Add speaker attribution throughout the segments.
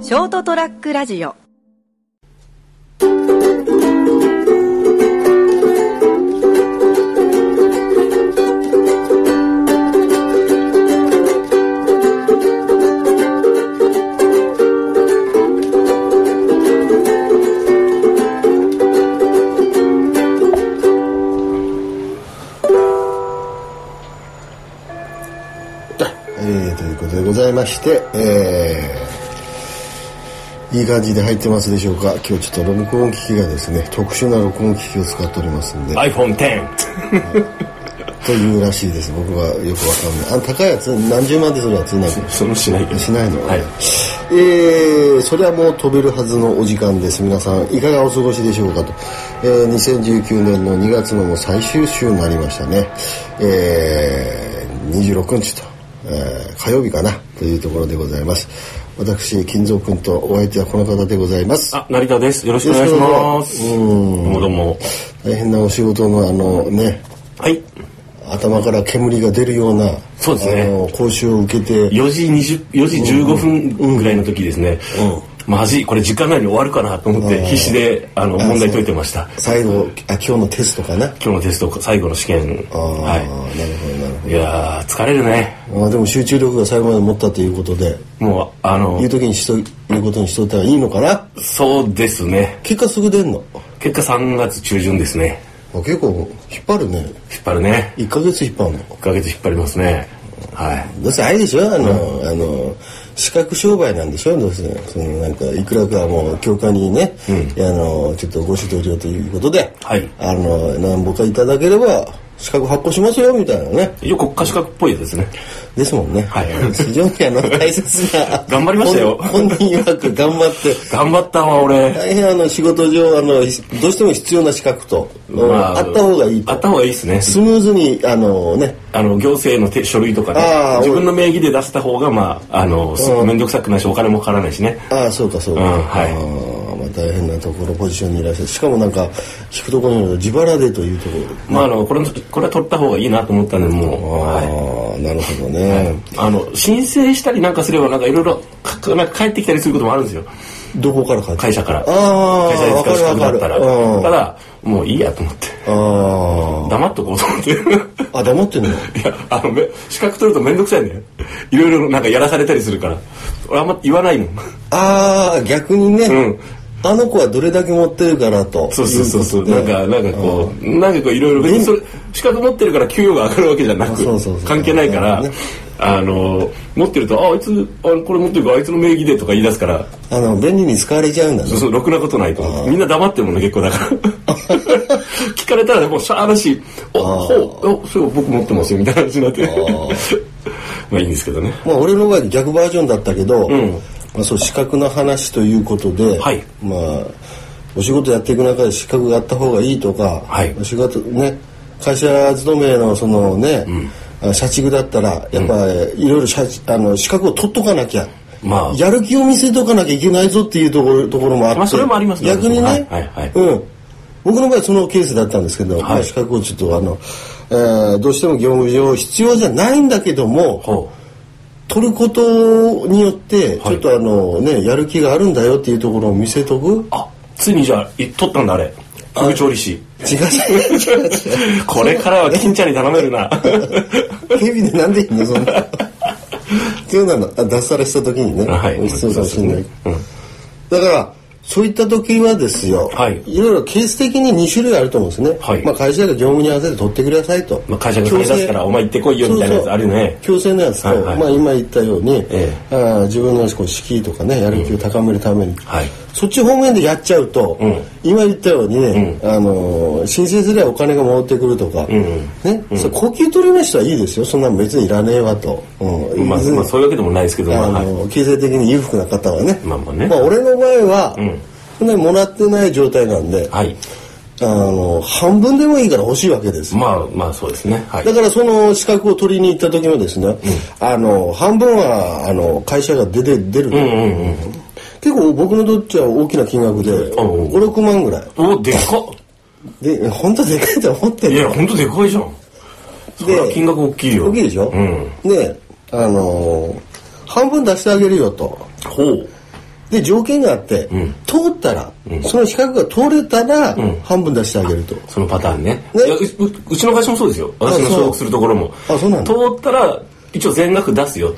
Speaker 1: ショートトラックラジオ
Speaker 2: えー、ということでございまして、えーいい感じで入ってますでしょうか今日ちょっと録音機器がですね特殊な録音機器を使っておりますんで、
Speaker 3: iPhone10
Speaker 2: というらしいです僕はよくわかんないあの高いやつ何十万でするやつなんか
Speaker 3: そのしないけど
Speaker 2: しないの
Speaker 3: はい
Speaker 2: えーそれはもう飛べるはずのお時間です皆さんいかがお過ごしでしょうかと、えー2019年の2月のもう最終週になりましたね、えー26日と、えー火曜日かなというところでございます私金蔵君とお相手はこの方でございます
Speaker 3: あ成田ですよろしくお願いしますどうもどうも
Speaker 2: 大変なお仕事のあのね
Speaker 3: はい
Speaker 2: 頭から煙が出るような
Speaker 3: そうですね
Speaker 2: あの講習を受けて
Speaker 3: 4時20 4時15分ぐらいの時ですね、まずいこれ時間内に終わるかなと思って必死であの
Speaker 2: あ
Speaker 3: 問題解いてました
Speaker 2: 最後あ今日のテストかな
Speaker 3: 今日のテスト最後の試験
Speaker 2: ああ、
Speaker 3: は
Speaker 2: なるほどなる
Speaker 3: いいやー疲れるね
Speaker 2: ほど、まあ、でも集中力が最後まで持ったということで
Speaker 3: もうあの
Speaker 2: 言う時にしと言うことにしといたらいいのかな
Speaker 3: そうですね
Speaker 2: 結果すぐ出んの
Speaker 3: 結果3月中旬ですね
Speaker 2: あ結構引っ張るね
Speaker 3: 引っ張るね
Speaker 2: 1ヶ月引っ張るの
Speaker 3: 1ヶ月引っ張りますねはい
Speaker 2: どうせあれでしょあの、あの資格商売なんでしょどうせそのなんかいくらかもう教科にね、あのちょっとご指導料ということで、
Speaker 3: はい
Speaker 2: あの何ぼかいただければ資格発行しますよみたいなね
Speaker 3: 一応国家資格っぽいですね
Speaker 2: ですもんね、
Speaker 3: はい
Speaker 2: 非常にあの大切な
Speaker 3: 頑張りましたよ
Speaker 2: 本本人曰く頑張って
Speaker 3: 頑張ったわ俺
Speaker 2: 大変あの仕事上あのひどうしても必要な資格と、あ、った方がいいと
Speaker 3: あった方がいいですね
Speaker 2: スムーズにあのね
Speaker 3: あの行政の手書類とか
Speaker 2: ああ
Speaker 3: ね自分の名義で出した方がまああのす面倒くさくないしお金もかからないしね
Speaker 2: ああそうかそうか、
Speaker 3: うん
Speaker 2: あ
Speaker 3: はい
Speaker 2: あまあ、大変なところポジションにいらっしゃるしかもなんか聞くところによると自腹でというところ
Speaker 3: まああのこれこれは取った方がいいなと思ったんでもう
Speaker 2: ああ、
Speaker 3: はい
Speaker 2: なるほどね、
Speaker 3: あの申請したりなんかすればなんかいろいろかなんか帰ってきたりすることもあるんですよ
Speaker 2: どこからか
Speaker 3: 会社から
Speaker 2: ああ
Speaker 3: 会社で使う資格だったら
Speaker 2: わかるわかるうん
Speaker 3: ただもういいやと思って
Speaker 2: あ
Speaker 3: 黙っとこうと思って い
Speaker 2: ああ黙ってんの
Speaker 3: やあのめ資格取ると面倒くさいんだよいろいろなんかやらされたりするから俺あんま言わないもん
Speaker 2: ああ逆にね、
Speaker 3: うん
Speaker 2: あの子はどれだけ持ってるからと
Speaker 3: そうそうそうそう
Speaker 2: い
Speaker 3: なん
Speaker 2: ことで
Speaker 3: かなんかこうなんかこういろいろ別にそれ資格持ってるから給与が上がるわけじゃな
Speaker 2: あ
Speaker 3: く
Speaker 2: そうそうそう
Speaker 3: 関係ないから
Speaker 2: ね
Speaker 3: あの持ってるとああいつあこれ持ってるからあいつの名義でとか言い出すから
Speaker 2: あの便利に使われちゃうんだね
Speaker 3: そうそうろくなことないと思ってみんな黙ってるもんね結構 だから聞かれたらもうしゃあだし「おほうおそう僕持ってますよ」みたいな話になって まあいいんですけどね
Speaker 2: まあ、俺のが逆バージョンだったけど、
Speaker 3: ん
Speaker 2: まあ、そう資格の話ということで、
Speaker 3: はい
Speaker 2: まあ、お仕事やっていく中で資格があった方がいいとか、
Speaker 3: はい
Speaker 2: お仕事ね、会社勤めのその、ねあ社畜だったらやっぱりいろいろ社あの資格を取っとかなきゃ。
Speaker 3: まあ
Speaker 2: やる気を見せとかなきゃいけないぞっていうところところもあって、
Speaker 3: まあそれもありますね
Speaker 2: 逆にね、
Speaker 3: はいはいはい
Speaker 2: うん、僕の場合はそのケースだったんですけど、まあ資格をちょっとあの、えーどうしても業務上必要じゃないんだけども、
Speaker 3: ほ
Speaker 2: 取ることによってち
Speaker 3: は
Speaker 2: ょ
Speaker 3: い
Speaker 2: っとあのねやる気があるんだよっていうところを見せとく
Speaker 3: うあついにじゃあい取ったんだあれフグ調理師
Speaker 2: 違う違う違う違う
Speaker 3: これからは金ちゃんに頼めるな
Speaker 2: 警備でなんでいいのそんなっていうのはあ脱サラした時にね、
Speaker 3: はい
Speaker 2: そうかもしれない、
Speaker 3: うん
Speaker 2: だからそういった時はですよ、
Speaker 3: はい
Speaker 2: ろいろケース的に2種類あると思うんですね、
Speaker 3: はい
Speaker 2: まあ、会社が業務に合わせて取ってくださいと、
Speaker 3: まあ会社が金出すからお前行ってこいよみたいなやつあるよね
Speaker 2: 強制のやつと、
Speaker 3: はいはい
Speaker 2: まあ、今言ったように、
Speaker 3: え
Speaker 2: あー自分のこう敷居とかねやる気を高めるために、
Speaker 3: はい
Speaker 2: そっち方面でやっちゃうと、
Speaker 3: ん
Speaker 2: 今言ったようにね、あのー申請すればお金が戻ってくるとか、ね、そう高級取りの人はいいですよそんなん別にいらねえわと、うん
Speaker 3: まあ、
Speaker 2: 別に
Speaker 3: まあそういうわけでもないですけど、まあ
Speaker 2: あ
Speaker 3: はい、
Speaker 2: の経済的に裕福な方はね,、
Speaker 3: まあまあね
Speaker 2: 俺の場合は、
Speaker 3: ん
Speaker 2: そんなにもらってない状態なんで、
Speaker 3: はい
Speaker 2: あの半分でもいいから欲しいわけですよ
Speaker 3: まあまあそうですねはい
Speaker 2: だからその資格を取りに行った時もですね、あの半分はあの会社が出て出る、結構僕のどっちは大きな金額で
Speaker 3: ん
Speaker 2: 56万ぐらい
Speaker 3: おでっか
Speaker 2: で本当 でかいと思って
Speaker 3: っい
Speaker 2: る
Speaker 3: やほんとでかいじゃんそれは金額大きいよ
Speaker 2: 大きいでしょ、
Speaker 3: うん
Speaker 2: であの半分出してあげるよと
Speaker 3: ほう
Speaker 2: で条件があって、通ったら、その資格が通れたら、半分出してあげると
Speaker 3: そのパターンねいやうううちの会社もそうですよ私
Speaker 2: そ
Speaker 3: の
Speaker 2: う
Speaker 3: 所属するところも
Speaker 2: あそうなんだ
Speaker 3: 通ったら一応全額出すよと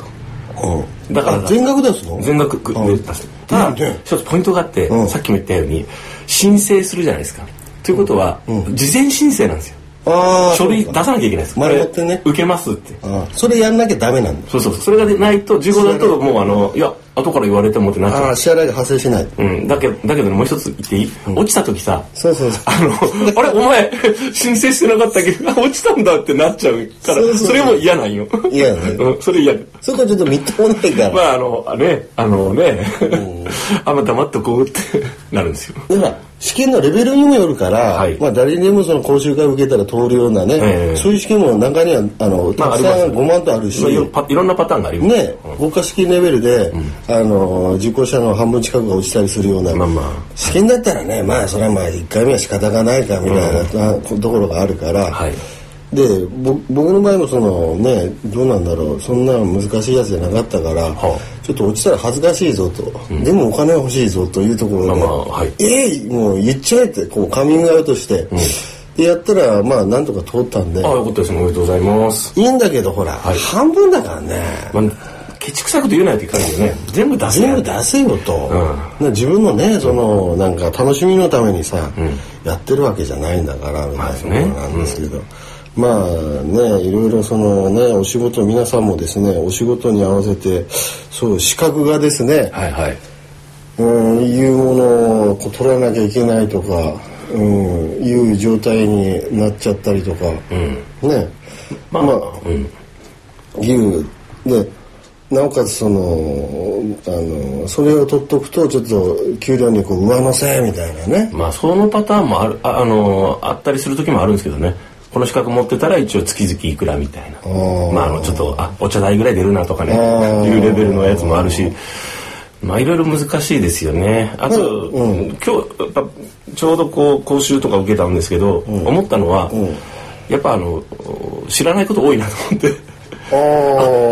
Speaker 2: うん
Speaker 3: だから
Speaker 2: あ全額出すの
Speaker 3: 全額く
Speaker 2: うん
Speaker 3: 出すただ
Speaker 2: ね
Speaker 3: 一つポイントがあって、
Speaker 2: うん
Speaker 3: さっきも言ったように申請するじゃないですかということは、事前申請なんですよ
Speaker 2: ああ
Speaker 3: 書類出さなきゃいけないです
Speaker 2: 丸まってね
Speaker 3: これ受けますって
Speaker 2: あーそれやんなきゃダメなんだ
Speaker 3: そうそうそうそれがでないと15だともうあのいや後から言われてもってなっち
Speaker 2: あ
Speaker 3: ゃ
Speaker 2: あ
Speaker 3: う
Speaker 2: 支払いが発生しない
Speaker 3: うん、だけどだけどねもう一つ言っていい、落ちた時さ
Speaker 2: そうそうそう
Speaker 3: あの、 あれ、お前、申請してなかったけど、あ落ちたんだってなっちゃうから、
Speaker 2: そう
Speaker 3: そ
Speaker 2: そうそう
Speaker 3: れも嫌なんよ。
Speaker 2: 嫌だね
Speaker 3: うんそれ嫌だ。
Speaker 2: そこはちょっとみっともないから、
Speaker 3: まあ、あの、あね、あのね、 あんま黙っとこうってなるんですよ。
Speaker 2: だから試験のレベルにもよるから、
Speaker 3: はい
Speaker 2: まあ、誰にでもその講習会を受けたら通るようなね、
Speaker 3: ええ
Speaker 2: そういう試験も中にはあの
Speaker 3: まあ
Speaker 2: たく
Speaker 3: あり
Speaker 2: さ
Speaker 3: ま
Speaker 2: ん
Speaker 3: す
Speaker 2: 5万とあるし、
Speaker 3: まあいろパいろんなパターンがあります。
Speaker 2: ね、国家試験レベルで、あの受講者の半分近くが落ちたりするような、
Speaker 3: まあまあ
Speaker 2: 試験だったらねまあそれはまあ1回目は仕方がないかみたいな、ところがあるから、
Speaker 3: はい
Speaker 2: でぼ僕の場合もそのねどうなんだろうそんな難しいやつじゃなかったから、ちょっと落ちたら恥ずかしいぞと、でもお金欲しいぞというところで、
Speaker 3: まあまあはい
Speaker 2: えいもう言っちゃえってこうカミングアウトして、でやったらまあなんとか通ったんで
Speaker 3: ああ、よかったです。おめでとうございます。
Speaker 2: いいんだけどほら、半分だからね
Speaker 3: まあ、ケチくさいこと言うないといかんよね。全部出せ
Speaker 2: 全
Speaker 3: よ
Speaker 2: 部出せよと、な自分のねそのなんか楽しみのためにさ、やってるわけじゃないんだからみたいなところなんですけど、まあねいろいろそのねお仕事皆さんもですねお仕事に合わせてそう資格がですね、
Speaker 3: はいはい。
Speaker 2: うん、いうものをこう取らなきゃいけないとか、うん、いう状態になっちゃったりとか、ねまあ、いうでなおかつそのあのそれを取っとくとちょっと給料にこう上乗せみたいなね
Speaker 3: まあ、そのパターンもある、ああの、あったりする時もあるんですけどね。この資格持ってたら一応月々いくらみたいな。まあ、あの、ちょっと、あ、お茶代ぐらい出るなとかね、
Speaker 2: ー
Speaker 3: いうレベルのやつもあるし、まあ、いろいろ難しいですよね。あと、今日、やっぱちょうどこう、講習とか受けたんですけど、思ったのは、やっぱあの、知らないこと多いなと思って。
Speaker 2: あ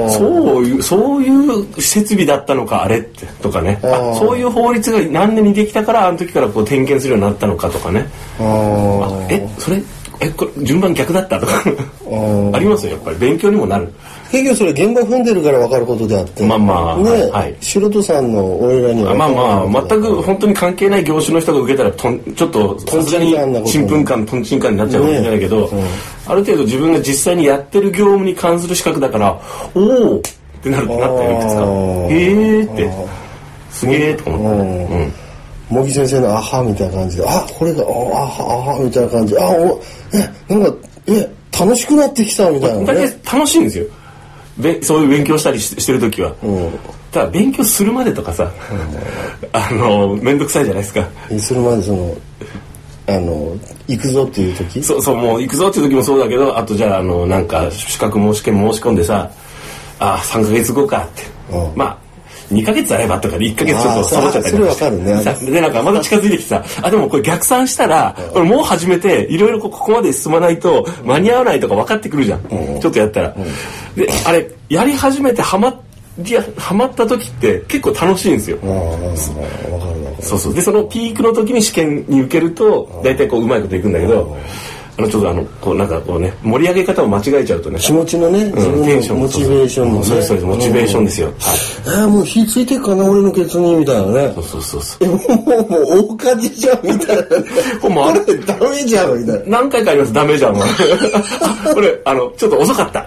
Speaker 2: あ
Speaker 3: そういう、そういう設備だったのか、あれって、とかね。あそういう法律が何年にできたから、あの時からこう点検するようになったのかとかね。
Speaker 2: あ
Speaker 3: あえ、それ、え、これ、順番逆だったとか。 ありますよ、やっぱり。勉強にもなる。
Speaker 2: 結局それ現場踏んでるから分かることであって
Speaker 3: まあまあ
Speaker 2: ね、
Speaker 3: はいはい
Speaker 2: 素人さんの俺らには
Speaker 3: まあまあ、
Speaker 2: く
Speaker 3: 全く本当に関係ない業種の人が受けたらとん、ちょっと、
Speaker 2: とん
Speaker 3: さす
Speaker 2: ち
Speaker 3: が
Speaker 2: ん
Speaker 3: に
Speaker 2: かんなこと、
Speaker 3: ちんぷんかん、とんちんかんになっちゃうかもしれないけど、
Speaker 2: ねうん
Speaker 3: ある程度自分が実際にやってる業務に関する資格だから、おおってなるなったよ、いくつか
Speaker 2: あー。
Speaker 3: へえーって、すげえとか思ったね。うん
Speaker 2: 茂木先生の「アハ」みたいな感じで「あこれがあアハアハ」みたいな感じで「あおえなんかえ楽しくなってきた」みたいな
Speaker 3: だけ
Speaker 2: ね
Speaker 3: 楽しいんですよべそういう勉強したりししてる時は、ただ勉強するまでとかさ、あの面倒くさいじゃないですか
Speaker 2: えそれまでそのあの行くぞっていう時
Speaker 3: そうそうもう行くぞっていう時もそうだけどあとじゃああのなんか資格申し込み申し込んでさあ3ヶ月後かって、
Speaker 2: うん
Speaker 3: まあ2ヶ月あればとかで1ヶ月ちょっ
Speaker 2: あー
Speaker 3: とサボっちゃったりとかして
Speaker 2: それわかるね
Speaker 3: さでなんかまた近づいてきてさあでもこれ逆算したらこれもう始めていろいろこここまで進まないと間に合わないとか分かってくるじゃん、ちょっとやったら、であれやり始めてハマっやハマった時って結構楽しいんですよ、
Speaker 2: ああ分かる分か
Speaker 3: そうそうでそのピークの時に試験に受けると大体こううまいこといくんだけどあのちょっとあのこうなんかこうね盛り上げ方を間違えちゃうとね
Speaker 2: る気持ちのね自
Speaker 3: うんテンショ
Speaker 2: 分の
Speaker 3: ン
Speaker 2: モチベーションのね
Speaker 3: そうですそうですモチベーションですよ、はい、
Speaker 2: ああもう火ついてっかな俺のケツにみたいなね
Speaker 3: そうそうそうそう
Speaker 2: えもうもう大火事じゃんみたいな
Speaker 3: ほんま
Speaker 2: これダメじゃんみたいな
Speaker 3: 何回かありますダメじゃん もうあこれあのちょっと遅かった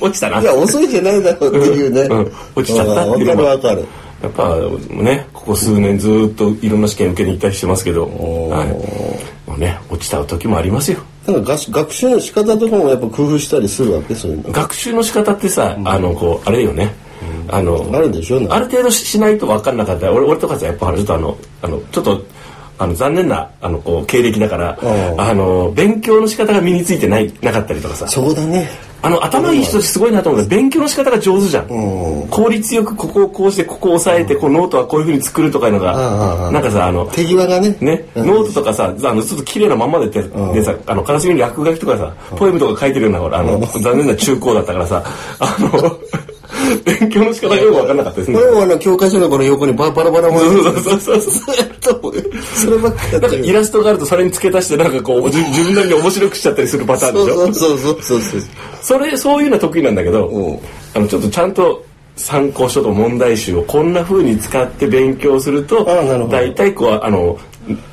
Speaker 3: 落ちたない
Speaker 2: や遅いじゃないだろうっていうね、
Speaker 3: うん落ちちゃったって
Speaker 2: 分
Speaker 3: い
Speaker 2: か
Speaker 3: うの
Speaker 2: る
Speaker 3: が
Speaker 2: 分かる
Speaker 3: やっぱねここ数年ずーっといろんな試験受けに行ったりしてますけど、はい、もうね落ちた時もありますよ
Speaker 2: なんか学学習の仕方とかもやっぱ工夫したりするわけそういうの
Speaker 3: 学習の仕方ってさ、あのこうあれよね、あの
Speaker 2: あるでしょなんか
Speaker 3: ある程度ししないと分かんなかった俺俺とかさやっぱちょっとあのあのちょっとあの残念なあのこう経歴だから
Speaker 2: ん
Speaker 3: あの勉強の仕方が身についてないなかったりとかさ
Speaker 2: そこだね
Speaker 3: あの頭いい人すごいなと思うけど勉強の仕方が上手じゃん、効率よくここをこうしてここを押さえて、こうノートはこういうふうに作るとかいうの
Speaker 2: うんうん
Speaker 3: が、
Speaker 2: うん
Speaker 3: なんかさあの
Speaker 2: 手際がね
Speaker 3: ね、ノートとかさ、あの、ちょっと綺麗なまんまでて、でさ、あの、悲しみに落書きとかさ、ポエムとか書いてるような、ほら、あの、残念な中高だったからさ、あの、勉強の仕方がよく分からなかったですね
Speaker 2: こ。れもあの、教科書のこの横にババラバラも
Speaker 3: そうそうそうそう。
Speaker 2: そればっかやっ
Speaker 3: なんか
Speaker 2: て
Speaker 3: イ
Speaker 2: る。
Speaker 3: ラストがあるとそれに付け足してなんかこうじ自分なりに面白くしちゃったりするパターンで
Speaker 2: そ
Speaker 3: しょ
Speaker 2: うそうそうそうそう。
Speaker 3: それそういうのは得意なんだけど、
Speaker 2: うん
Speaker 3: あのちょっとちゃんと参考書と問題集をこんな風に使って勉強すると
Speaker 2: あなるほど
Speaker 3: 大体こうあの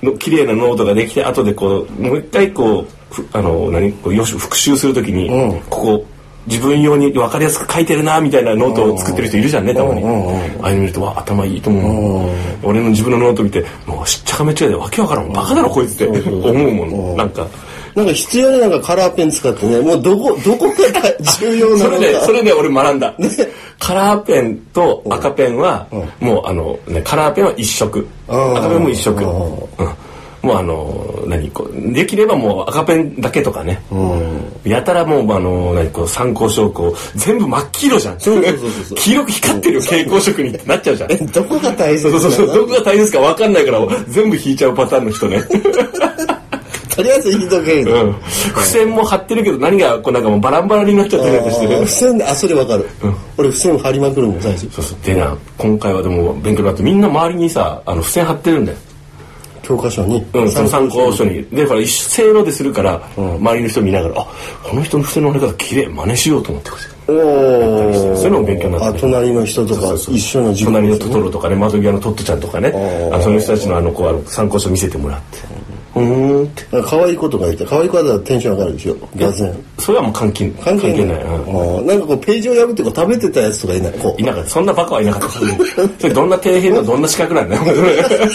Speaker 3: の綺麗なノートができて後でこうもう一回こうふあの何こうよし復習するときに、
Speaker 2: うん
Speaker 3: ここ自分用に分かりやすく書いてるなみたいなノートを作ってる人いるじゃんねたまに、
Speaker 2: うんうん
Speaker 3: ああいうの見るとわ頭いいと思う、俺の自分のノート見てもうしっちゃかめっちゃかでわけわからんバカだろこいつって思うもん、なんか。
Speaker 2: なんか必要になんかカラーペン使ってね、もうどこ、どこが大重要な
Speaker 3: そ
Speaker 2: の
Speaker 3: れ
Speaker 2: か。
Speaker 3: で、それで俺学んだ。カラーペンと赤ペンは、もうあの、ね、カラーペンは一色。
Speaker 2: うん
Speaker 3: 赤ペンも一色。
Speaker 2: う
Speaker 3: うんんもうあの、何こう、できればもう赤ペンだけとかね。やたらもうあの、何こう、参考証拠、全部真っ黄色じゃん。
Speaker 2: そうそうそうそう
Speaker 3: 黄色く光ってるよ蛍光色にってなっちゃうじゃん。
Speaker 2: どこが大切
Speaker 3: そう
Speaker 2: な
Speaker 3: そうそう、
Speaker 2: の
Speaker 3: どこが大変ですか分かんないから、全部引いちゃうパターンの人ね。
Speaker 2: とりあえずひどける。
Speaker 3: うん。付箋も貼ってるけど、何が、こうなんかもうバランバラになっちゃってるんです
Speaker 2: あー付箋で、あ、それわかる。俺付箋貼りまくるもん、最初。
Speaker 3: そうそうでな今回はでも勉強になってみんな周りにさあの付箋貼ってるんだよ、
Speaker 2: 教科書に。
Speaker 3: うん、その参考書にでだから一斉のでするから、周りの人見ながらあこの人の付箋の貼り方綺麗真似しようと思ってこう
Speaker 2: おー。
Speaker 3: そういうのも勉強になった
Speaker 2: あ、隣の人とか一緒の自分
Speaker 3: 隣のトトロとかね窓際のトットちゃんとかね
Speaker 2: ー
Speaker 3: あその人たちのあのこうあの参考書見せてもらってうーんって
Speaker 2: なんか可愛い子とかいて、可愛い子だったらテンション上がるでしょ。ガゼン。
Speaker 3: それはもう関係ない
Speaker 2: 関係ない。
Speaker 3: うん
Speaker 2: うんなんかこう、ページを破ってこう食べてたやつとかいない。こ
Speaker 3: いなかったそんな バカはいなかったそれどんな底辺のどんな資格なん だよ
Speaker 2: う、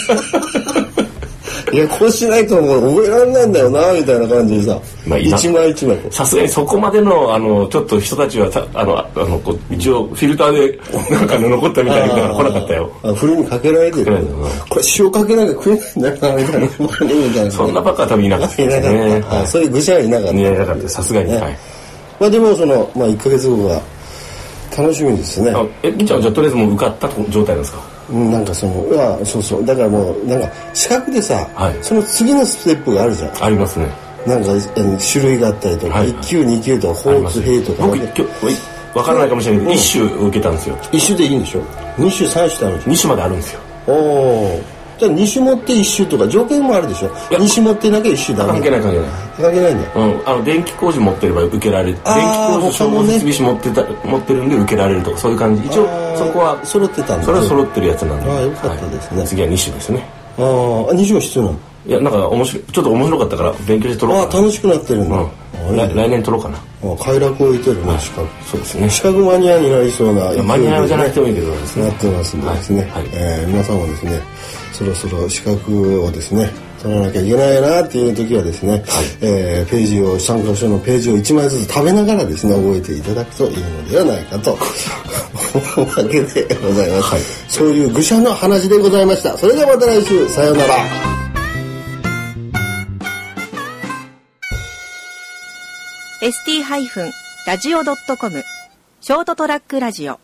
Speaker 2: いや、こうしないともう覚えられないんだよな、みたいな感じでさ。
Speaker 3: まあいな
Speaker 2: 一枚一枚こう。
Speaker 3: さすがにそこまでのあのちょっと人たちはさあのああのこう一応フィルターでなんかあの残ったみたいな人が来なかったよ
Speaker 2: あ、ふるにかけられて
Speaker 3: かけら
Speaker 2: る
Speaker 3: れてるな。
Speaker 2: これ塩かけなんか食えないんだよな、みたいな。みたいな。
Speaker 3: そんなバカは多分いなかった
Speaker 2: い
Speaker 3: で
Speaker 2: な
Speaker 3: すね
Speaker 2: か った。あそういう愚者はいなかった。
Speaker 3: いなかったですさすがに、
Speaker 2: ね
Speaker 3: はい
Speaker 2: まあでもその、まあ1ヶ月後が楽しみですね。
Speaker 3: あえみっちゃんはじゃあとりあえずもう受かった状態なんですか
Speaker 2: うんなんかその、うわそうそう。だからもう、なんか資格でさ、
Speaker 3: はい
Speaker 2: その次のステップがあるじゃん。
Speaker 3: ありますね
Speaker 2: なんかあの種類があったりとか、
Speaker 3: はい
Speaker 2: 1級、2級とか、
Speaker 3: あり
Speaker 2: 法
Speaker 3: ます
Speaker 2: ツ、
Speaker 3: ね
Speaker 2: 兵とか、
Speaker 3: 僕今日分からないかもしれないけど一種受けたんですよ
Speaker 2: 1種でいいんでしょ ?2 種、3種ってあるでし
Speaker 3: 二種まであるんですよ
Speaker 2: ょおーじゃあ2種持って1種とか、条件もあるでしょ
Speaker 3: いや
Speaker 2: ?2 種持ってなきゃ1種ダメ。
Speaker 3: 関係ない関係ない
Speaker 2: 関係ないんだよ。
Speaker 3: うん、あの電気工事持ってれば受けられる電気
Speaker 2: あー
Speaker 3: 工事消
Speaker 2: 他
Speaker 3: 防
Speaker 2: のね
Speaker 3: 設備士持ってた持ってるんで受けられるとかそういう感じ一応
Speaker 2: あー
Speaker 3: そこは
Speaker 2: 揃ってたんだ
Speaker 3: それは揃ってるやつなんで
Speaker 2: あーよかったですね
Speaker 3: はい次は二種ですね
Speaker 2: あーあ、2種は必要なの
Speaker 3: いやなんか面白いちょっと面白かったから勉強して取ろ
Speaker 2: あ
Speaker 3: う
Speaker 2: あ、
Speaker 3: かな
Speaker 2: 楽しくなってるんだ。
Speaker 3: うん、
Speaker 2: あい
Speaker 3: 来
Speaker 2: いね
Speaker 3: 来年取ろうか
Speaker 2: あ
Speaker 3: な
Speaker 2: 快楽を得てるね、資格。
Speaker 3: そうですね
Speaker 2: 資格マニアになりそうな勢いでね、
Speaker 3: マニアじゃなくてもいいけどですね
Speaker 2: なってますんでですね、
Speaker 3: はいはい
Speaker 2: えー皆さんもですねそろそろ資格をですね取らなきゃいけないなっていう時はですね、えーページを参考書のページを1枚ずつ食べながらですね覚えていただくといいのではないか と思うわけでございます、そういう愚者の話でございましたそれではまた来週さようなら
Speaker 1: ST-radio.com ショートトラックラジオ